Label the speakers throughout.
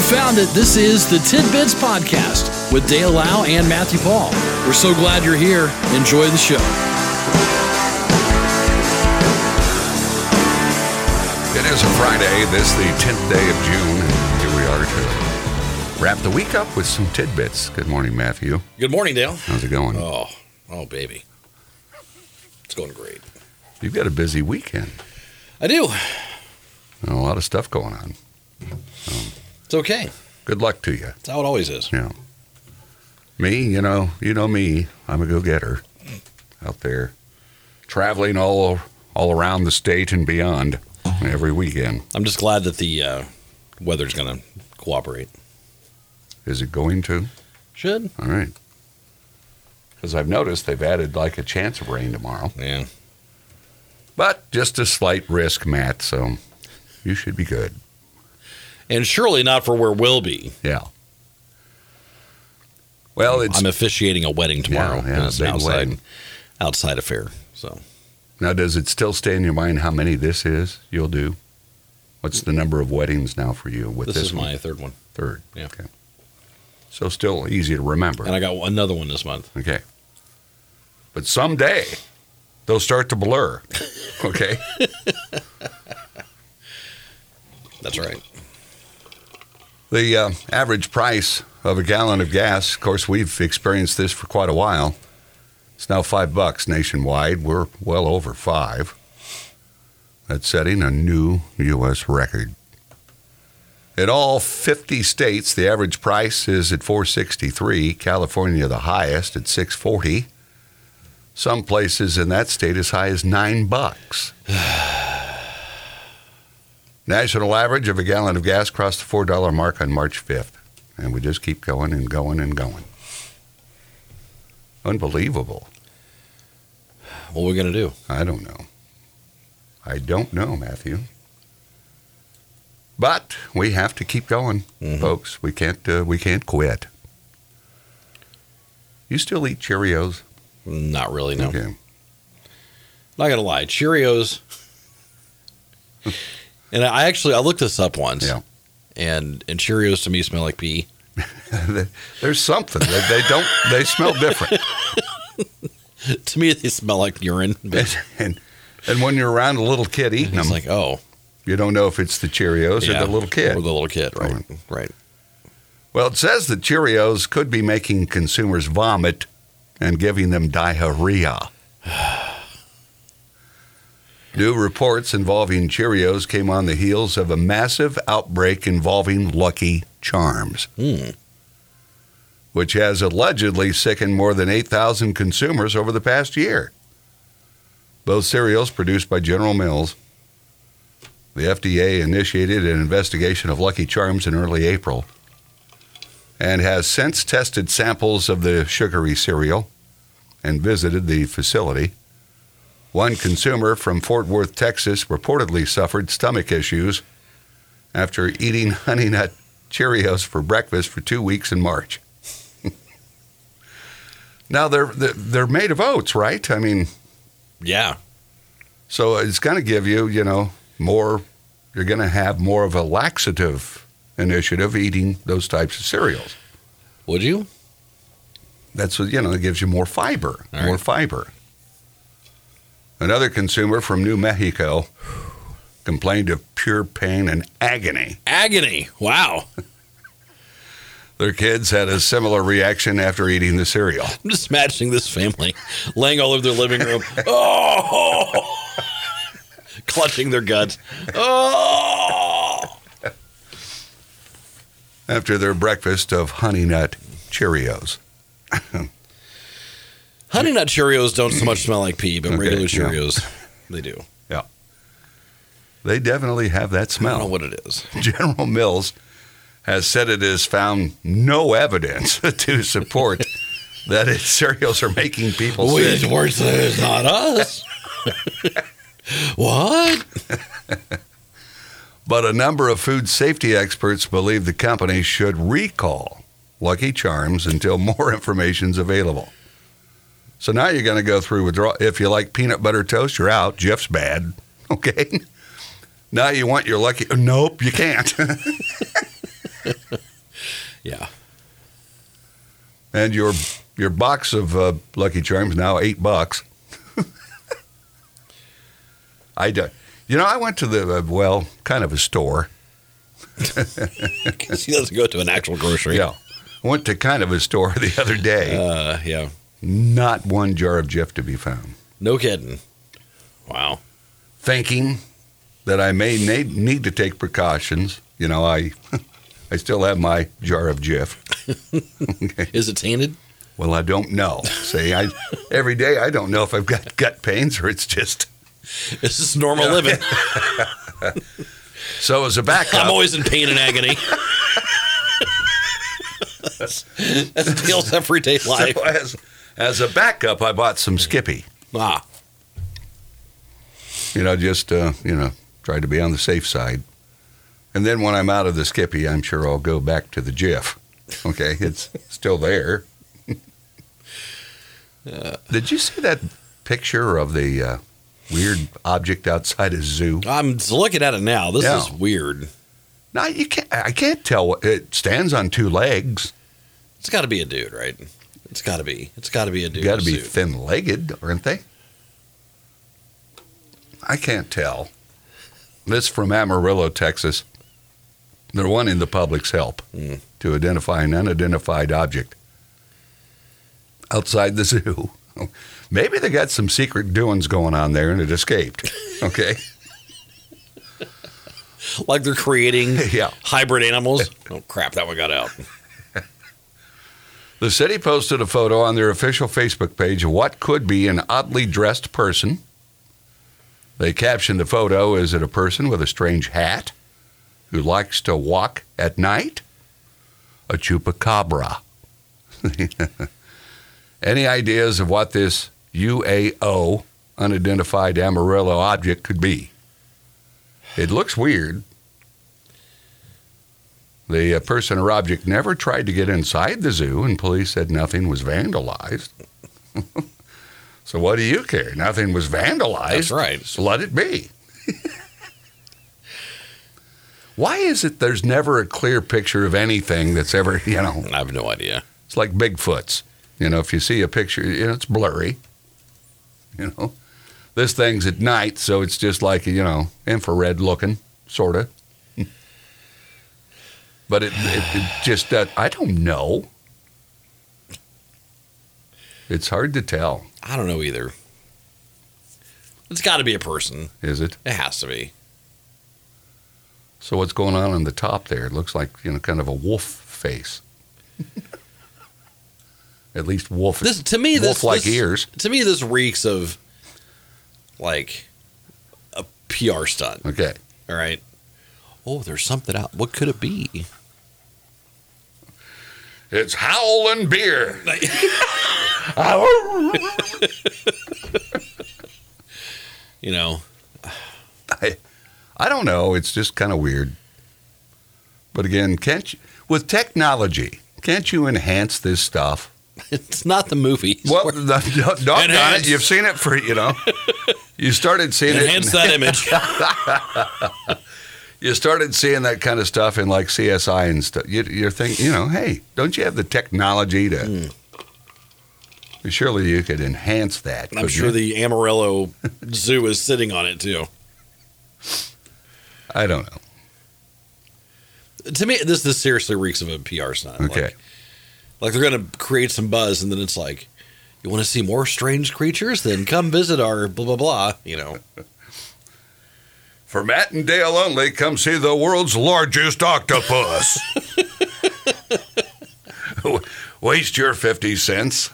Speaker 1: found it. This is the Tidbits Podcast with Dale Lau and Matthew Paul. We're so glad you're here. Enjoy the show.
Speaker 2: It is a Friday, this the 10th day of June. and Here we are to wrap the week up with some tidbits. Good morning, Matthew.
Speaker 3: Good morning, Dale.
Speaker 2: How's it going?
Speaker 3: Oh, oh, baby. It's going great.
Speaker 2: You've got a busy weekend.
Speaker 3: I do.
Speaker 2: A lot of stuff going on.
Speaker 3: It's okay.
Speaker 2: Good luck to you.
Speaker 3: It's how it always is.
Speaker 2: Yeah. Me, you know, you know me. I'm a go-getter out there traveling all all around the state and beyond every weekend.
Speaker 3: I'm just glad that the uh, weather's going to cooperate.
Speaker 2: Is it going to?
Speaker 3: Should.
Speaker 2: All right. Because I've noticed they've added like a chance of rain tomorrow.
Speaker 3: Yeah.
Speaker 2: but just a slight risk, Matt. So you should be good.
Speaker 3: And surely not for where we'll be.
Speaker 2: Yeah. Well, it's
Speaker 3: I'm officiating a wedding tomorrow.
Speaker 2: Yeah, yeah,
Speaker 3: and it's an
Speaker 2: big
Speaker 3: outside,
Speaker 2: wedding.
Speaker 3: outside affair. So
Speaker 2: now. Does it still stay in your mind how many this is? You'll do. What's the number of weddings now for you with
Speaker 3: this,
Speaker 2: this,
Speaker 3: is
Speaker 2: one?
Speaker 3: my third one.
Speaker 2: third?
Speaker 3: Yeah.
Speaker 2: Okay. So still easy to remember.
Speaker 3: And I got another one this month.
Speaker 2: okay. But someday they'll start to blur. Okay.
Speaker 3: That's right.
Speaker 2: The uh, average price of a gallon of gas, of course, we've experienced this for quite a while. It's now five bucks nationwide. We're well over five. That's setting a new U.S. record. In all 50 states, the average price is at 463. California, the highest at 640. Some places in that state as high as nine bucks. National average of a gallon of gas crossed the $4 mark on March 5th. And we just keep going and going and going. Unbelievable.
Speaker 3: What are we going to do?
Speaker 2: I don't know. I don't know, Matthew. But we have to keep going,
Speaker 3: Mhm.
Speaker 2: folks. We can't uh, we can't quit. You still eat Cheerios?
Speaker 3: Not really, no.
Speaker 2: Okay.
Speaker 3: Not going to lie. Cheerios. and I actually, I looked this up once.
Speaker 2: Yeah.
Speaker 3: And, and Cheerios to me smell like pee.
Speaker 2: There's something. They, they don't they smell different.
Speaker 3: to me, they smell like urine. But
Speaker 2: And, and and when you're around a little kid eating them,
Speaker 3: it's like, oh,
Speaker 2: You don't know if it's the Cheerios
Speaker 3: yeah,
Speaker 2: or the little kid.
Speaker 3: or the little kid, right?
Speaker 2: Right.
Speaker 3: Right.
Speaker 2: well, it says that Cheerios could be making consumers vomit and giving them diarrhea. New reports involving Cheerios came on the heels of a massive outbreak involving Lucky Charms,
Speaker 3: Mm.
Speaker 2: which has allegedly sickened more than 8,000 consumers over the past year. Both cereals produced by General Mills. The FDA initiated an investigation of Lucky Charms in early April and has since tested samples of the sugary cereal and visited the facility. One consumer from Fort Worth, Texas, reportedly suffered stomach issues after eating Honey Nut Cheerios for breakfast for two weeks in March. now they're, they're they're made of oats, right? I mean,
Speaker 3: Yeah.
Speaker 2: so it's going to give you, you know, more, you're going to have more of a laxative initiative eating those types of cereals.
Speaker 3: Would you?
Speaker 2: That's what, you know, it gives you more fiber,
Speaker 3: All
Speaker 2: more
Speaker 3: right.
Speaker 2: fiber. Another consumer from New Mexico complained of pure pain and agony.
Speaker 3: Agony. Wow.
Speaker 2: Their kids had a similar reaction after eating the cereal.
Speaker 3: I'm just imagining this family laying all over their living room. Oh. Clutching their guts. Oh.
Speaker 2: After their breakfast of Honey Nut Cheerios.
Speaker 3: Honey Nut Cheerios don't so much smell like pee, but
Speaker 2: Okay,
Speaker 3: regular
Speaker 2: yeah.
Speaker 3: Cheerios, they do.
Speaker 2: They definitely have that
Speaker 3: I
Speaker 2: smell.
Speaker 3: don't know what it is.
Speaker 2: General Mills has said it has found no evidence to support that its cereals are making people
Speaker 3: Wait,
Speaker 2: sick.
Speaker 3: worse is not us. what?
Speaker 2: But a number of food safety experts believe the company should recall Lucky Charms until more information is available. So now you're going to go through withdrawal. If you like peanut butter toast, you're out. Jeff's bad. Okay. Now you want your lucky. Nope, you can't.
Speaker 3: Yeah.
Speaker 2: And your your box of uh, Lucky Charms now eight bucks. I do. You know, I went to the uh, well, kind of a store.
Speaker 3: Because he doesn't go to an actual grocery.
Speaker 2: Yeah, went to kind of a store the other day.
Speaker 3: Uh, yeah.
Speaker 2: Not one jar of Jif to be found.
Speaker 3: No kidding. Wow.
Speaker 2: Thinking that I may na- need to take precautions. You know, I I still have my jar of Jif.
Speaker 3: Is it tainted?
Speaker 2: Well, I don't know. See, I every day I don't know if I've got gut pains or it's just
Speaker 3: Is this normal living?
Speaker 2: so as a backup.
Speaker 3: I'm always in pain and agony. that's, that's Dale's everyday life.
Speaker 2: So as, as a backup, I bought some Skippy.
Speaker 3: Ah,
Speaker 2: You know, just uh, you know, tried to be on the safe side. And then when I'm out of the Skippy, I'm sure I'll go back to the Jif. Okay, it's still there. Did you see that picture of the uh, weird object outside a zoo?
Speaker 3: I'm looking at it now. This
Speaker 2: Yeah.
Speaker 3: is weird.
Speaker 2: No, you can't. I can't tell. what- It stands on two legs.
Speaker 3: It's got to be a dude, right? It's got to be. It's got to be a dude.
Speaker 2: You got to
Speaker 3: in a
Speaker 2: be
Speaker 3: suit.
Speaker 2: thin-legged, aren't they? I can't tell. This from Amarillo, Texas. They're wanting the public's help
Speaker 3: Mm.
Speaker 2: to identify an unidentified object outside the zoo. Maybe they got some secret doings going on there and it escaped. Okay.
Speaker 3: Like they're creating
Speaker 2: yeah.
Speaker 3: hybrid animals. Oh crap! That one got out.
Speaker 2: The city posted a photo on their official Facebook page of what could be an oddly dressed person. They captioned the photo Is it a person with a strange hat who likes to walk at night? A chupacabra. Any ideas of what this UAO, unidentified Amarillo object, could be? It looks weird. The uh, person or object never tried to get inside the zoo, and police said nothing was vandalized. so, what do you care? Nothing was vandalized.
Speaker 3: That's right.
Speaker 2: Just let it be. Why is it there's never a clear picture of anything that's ever, you know?
Speaker 3: I have no idea.
Speaker 2: It's like Bigfoot's. You know, if you see a picture, you know, it's blurry. You know, this thing's at night, so it's just like, you know, infrared looking, sort of. but it, it, it just, uh, I don't know. It's hard to tell,
Speaker 3: I don't know either. It's got to be a person.
Speaker 2: is it?
Speaker 3: It has to be.
Speaker 2: So what's going on on the top there? It looks like, you know, kind of a wolf face. at least wolf.
Speaker 3: This to me, this
Speaker 2: wolf-like
Speaker 3: this-
Speaker 2: ears.
Speaker 3: To me, this reeks of like a PR stunt.
Speaker 2: Okay.
Speaker 3: All right. Oh, there's something out. What could it be?
Speaker 2: It's howling beer.
Speaker 3: you know,
Speaker 2: I, I don't know. It's just kind of weird. But again, can't you, with technology, can't you enhance this stuff?
Speaker 3: it's not the movie.
Speaker 2: Well, the, doggone
Speaker 3: Enhance.
Speaker 2: it, you've seen it for you know, you started seeing
Speaker 3: enhance
Speaker 2: it.
Speaker 3: that image.
Speaker 2: You started seeing that kind of stuff in like CSI and stuff. You, you're thinking, you know, hey, don't you have the technology to?
Speaker 3: Hmm.
Speaker 2: Surely you could enhance that.
Speaker 3: I'm
Speaker 2: couldn't
Speaker 3: sure
Speaker 2: you?
Speaker 3: the Amarillo Zoo is sitting on it too.
Speaker 2: I don't know.
Speaker 3: To me, this this seriously reeks of a PR stunt.
Speaker 2: Okay.
Speaker 3: Like, like they're gonna create some buzz, and then it's like, you want to see more strange creatures? Then come visit our blah blah blah. You know,
Speaker 2: For Matt and Dale only, come see the world's largest octopus. W- Waste your 50 cents.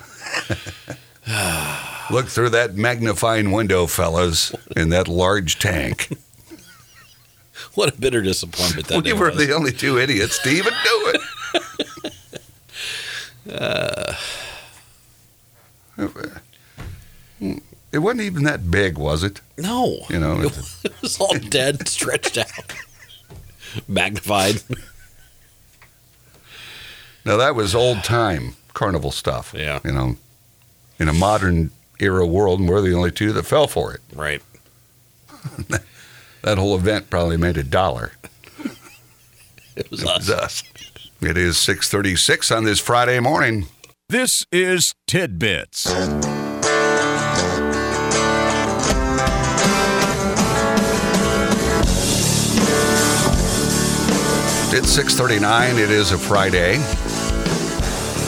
Speaker 2: Look through that magnifying window, fellas, in that large tank.
Speaker 3: what a bitter disappointment that
Speaker 2: we
Speaker 3: day
Speaker 2: were
Speaker 3: was.
Speaker 2: the only two idiots to even do it. It wasn't even that big, was it?
Speaker 3: No,
Speaker 2: You know,
Speaker 3: it was all dead, stretched out, magnified.
Speaker 2: Now that was old time carnival stuff.
Speaker 3: Yeah.
Speaker 2: You know, in a modern era world, and we're the only two that fell for it.
Speaker 3: Right.
Speaker 2: That whole event probably made a dollar.
Speaker 3: It was
Speaker 2: It was uh,
Speaker 3: us.
Speaker 2: us. It is 6:36 on this Friday morning.
Speaker 4: This is Tidbits.
Speaker 2: It's 6:39. It is a Friday.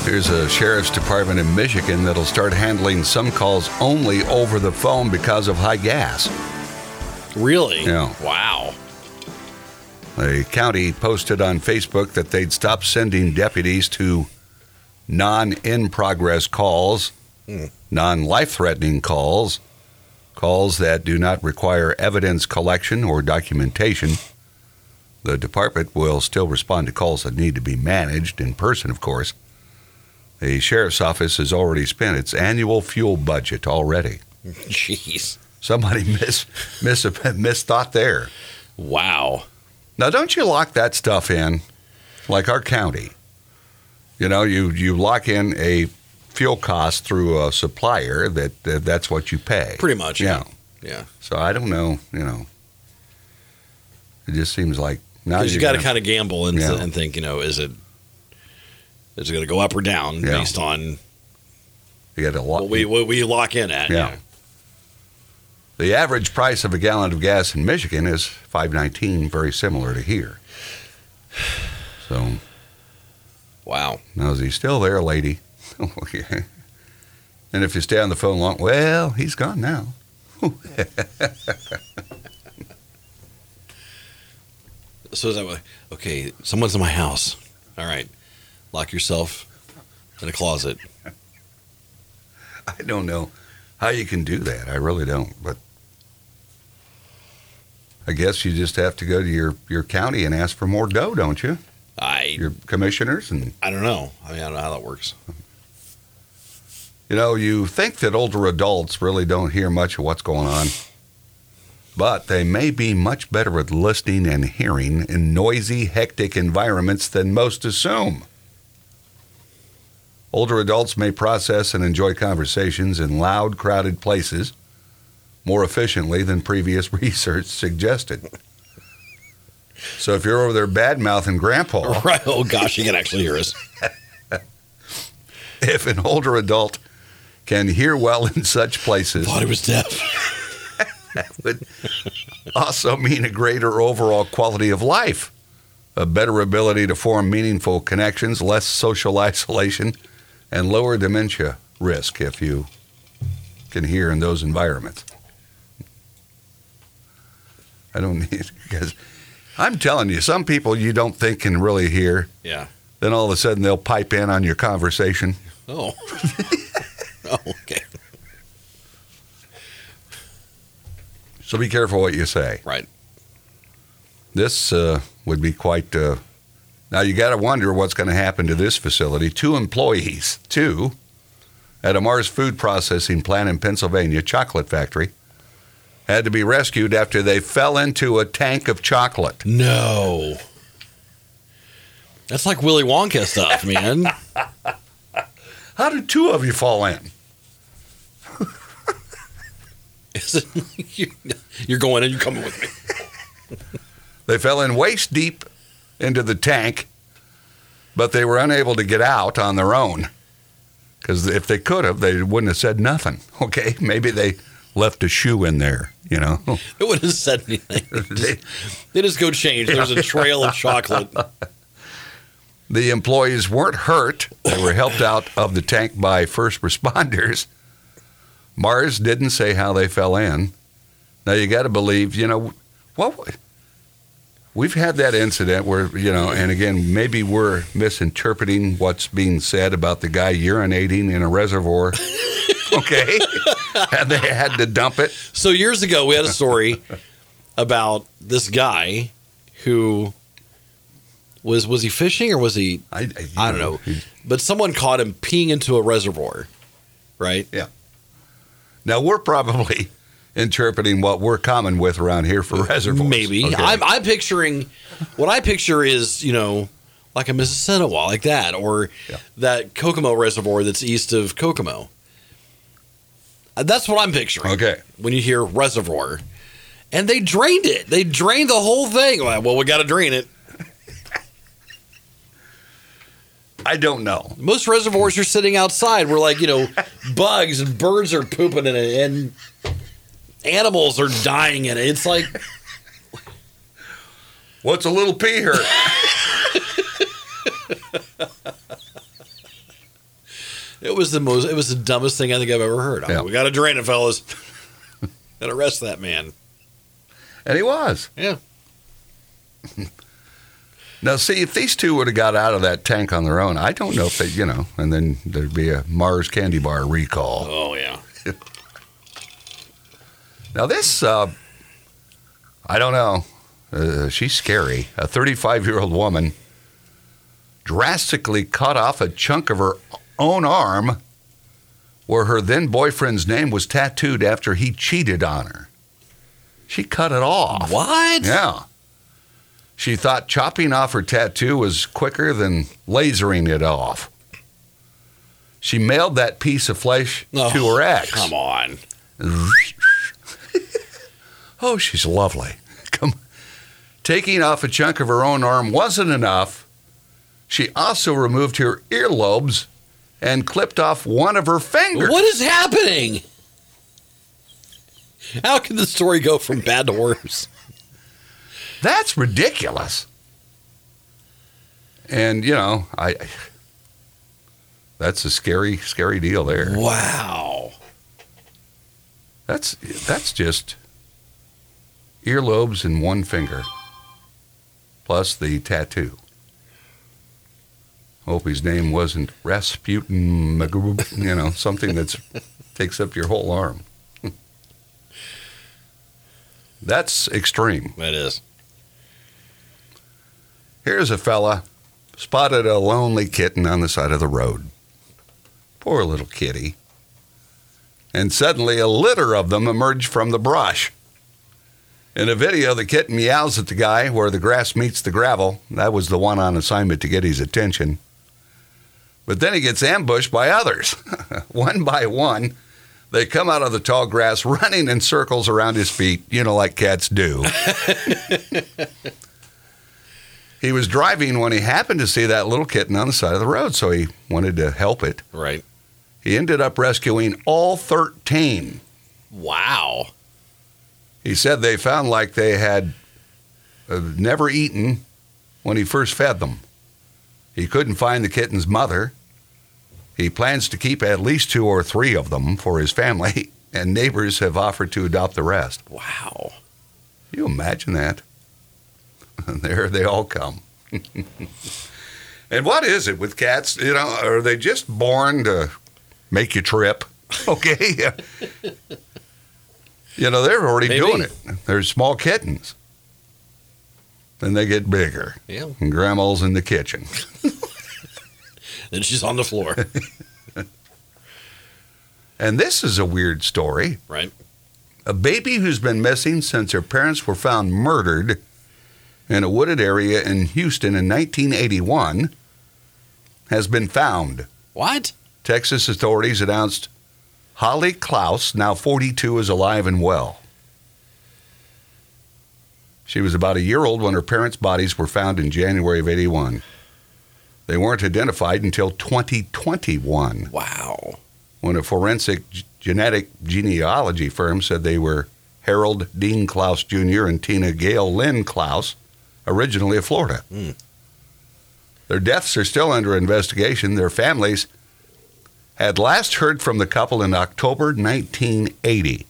Speaker 2: Here's a sheriff's department in Michigan that'll start handling some calls only over the phone because of high gas.
Speaker 3: Really?
Speaker 2: Yeah.
Speaker 3: Wow.
Speaker 2: The county posted on Facebook that they'd stop sending deputies to non in progress calls, non life threatening calls, calls that do not require evidence collection or documentation. The department will still respond to calls that need to be managed in person, of course. The sheriff's office has already spent its annual fuel budget already.
Speaker 3: Jeez.
Speaker 2: Somebody miss, miss, misthought there.
Speaker 3: Wow.
Speaker 2: Now, don't you lock that stuff in, like our county? You know, you you lock in a fuel cost through a supplier that, that that's what you pay.
Speaker 3: Pretty much.
Speaker 2: Yeah.
Speaker 3: Yeah.
Speaker 2: So I don't know. You know, it just seems like now
Speaker 3: Because you
Speaker 2: you're
Speaker 3: got to
Speaker 2: gonna-
Speaker 3: kind of gamble and,
Speaker 2: Yeah.
Speaker 3: and think, you know, is it is it going to go up or down
Speaker 2: Yeah.
Speaker 3: based on
Speaker 2: you got to lock.
Speaker 3: what we what we lock in at?
Speaker 2: Yeah. the average price of a gallon of gas in Michigan is five nineteen, very similar to here. So
Speaker 3: Wow.
Speaker 2: now is he still there, lady? Okay. And if you stay on the phone long, well, he's gone now.
Speaker 3: So is that what, okay? Someone's in my house. All right. Lock yourself in a closet.
Speaker 2: I don't know how you can do that. I really don't. But I guess you just have to go to your, your county and ask for more dough, don't you?
Speaker 3: I
Speaker 2: Your commissioners and
Speaker 3: I don't know. I mean, I don't know how that works.
Speaker 2: you know you think that older adults really don't hear much of what's going on, but they may be much better at listening and hearing in noisy, hectic environments than most assume. Older adults may process and enjoy conversations in loud, crowded places more efficiently than previous research suggested. So if you're over there bad mouthing grandpa,
Speaker 3: Right. Oh gosh, you can actually hear us.
Speaker 2: if an older adult can hear well in such places,
Speaker 3: Thought he was deaf.
Speaker 2: would also mean a greater overall quality of life, a better ability to form meaningful connections, less social isolation, and lower dementia risk if you can hear in those environments. I don't need because I'm telling you, some people you don't think can really hear.
Speaker 3: Yeah.
Speaker 2: Then all of a sudden they'll pipe in on your conversation.
Speaker 3: Oh. oh. Okay.
Speaker 2: So be careful what you say.
Speaker 3: Right.
Speaker 2: this uh, would be quite. Uh, now you got to wonder what's going to happen to this facility. Two employees, two, at a Mars food processing plant in Pennsylvania chocolate factory, had to be rescued after they fell into a tank of chocolate.
Speaker 3: No. That's like Willy Wonka stuff, man.
Speaker 2: How did two of you fall in?
Speaker 3: Is it- you- You're going and you're coming with me.
Speaker 2: They fell in waist deep into the tank, but they were unable to get out on their own. Because if they could have, they wouldn't have said nothing. Okay, maybe they left a shoe in there. You know.
Speaker 3: It wouldn't have said anything. They just go change. There's a trail of chocolate.
Speaker 2: The employees weren't hurt. They were helped out of the tank by first responders. Mars didn't say how they fell in. Now you got to believe, you know, well, we've had that incident where, you know, and again, maybe we're misinterpreting what's being said about the guy urinating in a reservoir. Okay. and they had to dump it.
Speaker 3: So years ago, we had a story about this guy who was was he fishing or was he
Speaker 2: I, you
Speaker 3: I don't know, but someone caught him peeing into a reservoir, right?
Speaker 2: Now we're probably interpreting what we're common with around here for reservoirs.
Speaker 3: Maybe
Speaker 2: okay?
Speaker 3: I'm, I'm picturing what I picture is you know like a Mississinawa like that or
Speaker 2: Yeah.
Speaker 3: that Kokomo reservoir that's east of Kokomo. Uh, That's what I'm picturing.
Speaker 2: Okay.
Speaker 3: when you hear reservoir, and they drained it. They drained the whole thing. Like, well, we got to drain it.
Speaker 2: I don't know.
Speaker 3: Most reservoirs are sitting outside where, like, you know, bugs and birds are pooping in it and animals are dying in it. It's like,
Speaker 2: What's a little pee hurt?
Speaker 3: it was the most, it was the dumbest thing I think I've ever heard. I'm like,
Speaker 2: Yeah.
Speaker 3: we got to drain it, fellas. Gotta arrest that man.
Speaker 2: and he was.
Speaker 3: Yeah.
Speaker 2: Now, see, if these two would have got out of that tank on their own, I don't know if they, you know, and then there'd be a Mars candy bar recall.
Speaker 3: Oh, yeah.
Speaker 2: Now, this, uh, I don't know. Uh, she's scary. A 35 year old woman drastically cut off a chunk of her own arm where her then boyfriend's name was tattooed after he cheated on her. She cut it off.
Speaker 3: What?
Speaker 2: Yeah. She thought chopping off her tattoo was quicker than lasering it off. She mailed that piece of flesh
Speaker 3: Oh,
Speaker 2: to her ex.
Speaker 3: Come on.
Speaker 2: Oh, she's lovely. Come. Taking off a chunk of her own arm wasn't enough. She also removed her earlobes and clipped off one of her fingers.
Speaker 3: What is happening? How can the story go from bad to worse?
Speaker 2: That's ridiculous. And you know, I that's a scary, scary deal there.
Speaker 3: Wow.
Speaker 2: That's that's just earlobes and one finger, plus the tattoo. Hope his name wasn't Rasputin, Magoo- you know, something that's takes up your whole arm. that's extreme.
Speaker 3: That is.
Speaker 2: Here's a fella spotted a lonely kitten on the side of the road. Poor little kitty. And suddenly a litter of them emerged from the brush. In a video, the kitten meows at the guy where the grass meets the gravel. That was the one on assignment to get his attention. But then he gets ambushed by others. one by one, they come out of the tall grass running in circles around his feet, you know, like cats do. He was driving when he happened to see that little kitten on the side of the road, so he wanted to help it.
Speaker 3: Right.
Speaker 2: He ended up rescuing all 13.
Speaker 3: Wow.
Speaker 2: He said they found like they had uh, never eaten when he first fed them. He couldn't find the kitten's mother. He plans to keep at least two or three of them for his family, and neighbors have offered to adopt the rest.
Speaker 3: Wow.
Speaker 2: You imagine that? And there they all come. and what is it with cats? You know, are they just born to make you trip? Okay. you know, they're already
Speaker 3: Maybe.
Speaker 2: doing it. They're small kittens. Then they get bigger.
Speaker 3: Yeah.
Speaker 2: And grandma's in the kitchen.
Speaker 3: Then she's on the floor.
Speaker 2: And this is a weird story.
Speaker 3: Right.
Speaker 2: A baby who's been missing since her parents were found murdered in a wooded area in Houston in 1981 has been found.
Speaker 3: What?
Speaker 2: Texas authorities announced Holly Klaus, now 42, is alive and well. She was about a year old when her parents' bodies were found in January of 81. They weren't identified until 2021
Speaker 3: Wow.
Speaker 2: when a forensic g- genetic genealogy firm said they were Harold Dean Klaus Jr. and Tina Gail Lynn Klaus, originally of Florida.
Speaker 3: Hmm.
Speaker 2: Their deaths are still under investigation. Their families had last heard from the couple in October 1980.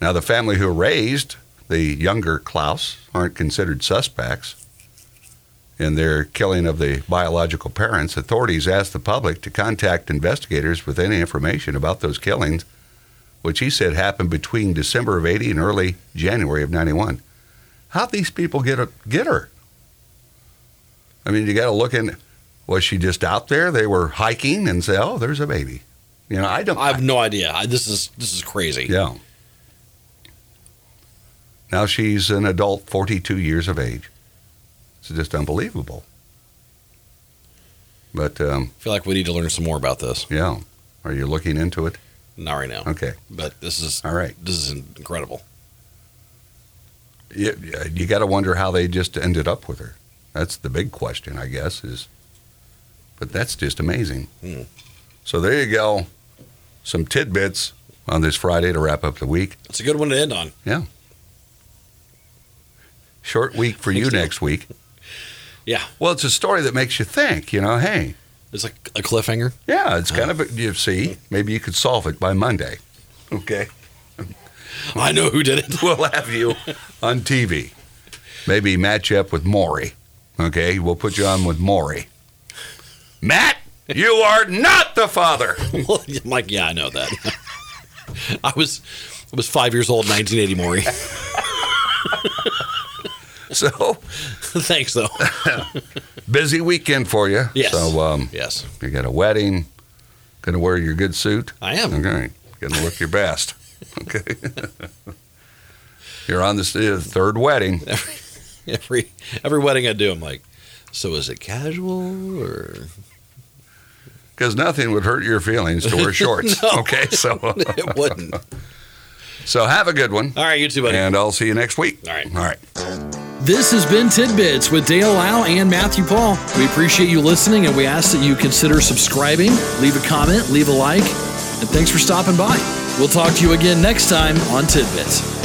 Speaker 2: Now, the family who raised the younger Klaus aren't considered suspects in their killing of the biological parents, authorities asked the public to contact investigators with any information about those killings, which he said happened between December of 80 and early January of 91. How'd these people get, a, get her? I mean, you got to look in. Was she just out there? They were hiking and say, oh, there's a baby. You know, I don't.
Speaker 3: I have no idea. I, this is this is crazy.
Speaker 2: Yeah. Now she's an adult, 42 years of age. It's just unbelievable. But um,
Speaker 3: I feel like we need to learn some more about this.
Speaker 2: yeah, are you looking into it?
Speaker 3: Not right now,
Speaker 2: Okay,
Speaker 3: but this is
Speaker 2: all right.
Speaker 3: this is incredible.
Speaker 2: You, you got to wonder how they just ended up with her. That's the big question, I guess. Is But that's just amazing. So there you go. Some tidbits on this Friday to wrap up the week.
Speaker 3: It's a good one to end on.
Speaker 2: Yeah. Short week for you
Speaker 3: Thanks, Dale.
Speaker 2: next week.
Speaker 3: Yeah.
Speaker 2: Well, it's a story that makes you think, you know, hey,
Speaker 3: It's like a cliffhanger.
Speaker 2: yeah, it's kind of, a, you see, maybe you could solve it by Monday. Okay.
Speaker 3: I know who did it.
Speaker 2: We'll have you on TV. Maybe match up with Maury. Okay. We'll put you on with Maury. Matt, you are not the father.
Speaker 3: Well, I'm like, yeah, I know that. I was I was five years old, 1980, Maury.
Speaker 2: So
Speaker 3: Thanks, though.
Speaker 2: busy weekend for you.
Speaker 3: Yes.
Speaker 2: So um,
Speaker 3: Yes,
Speaker 2: you got a wedding. Going to wear your good suit.
Speaker 3: I am.
Speaker 2: Okay. Going to look your best. Okay. You're on this uh, third wedding.
Speaker 3: Every every wedding I do, I'm like, so is it casual or
Speaker 2: because nothing would hurt your feelings to wear shorts. Okay, so
Speaker 3: it wouldn't?
Speaker 2: so have a good one,
Speaker 3: All right, you too, buddy.
Speaker 2: and I'll see you next week.
Speaker 3: All right.
Speaker 2: all right.
Speaker 1: This has been Tidbits with Dale Lau and Matthew Paul. We appreciate you listening and we ask that you consider subscribing, leave a comment, leave a like, and thanks for stopping by. We'll talk to you again next time on Tidbits.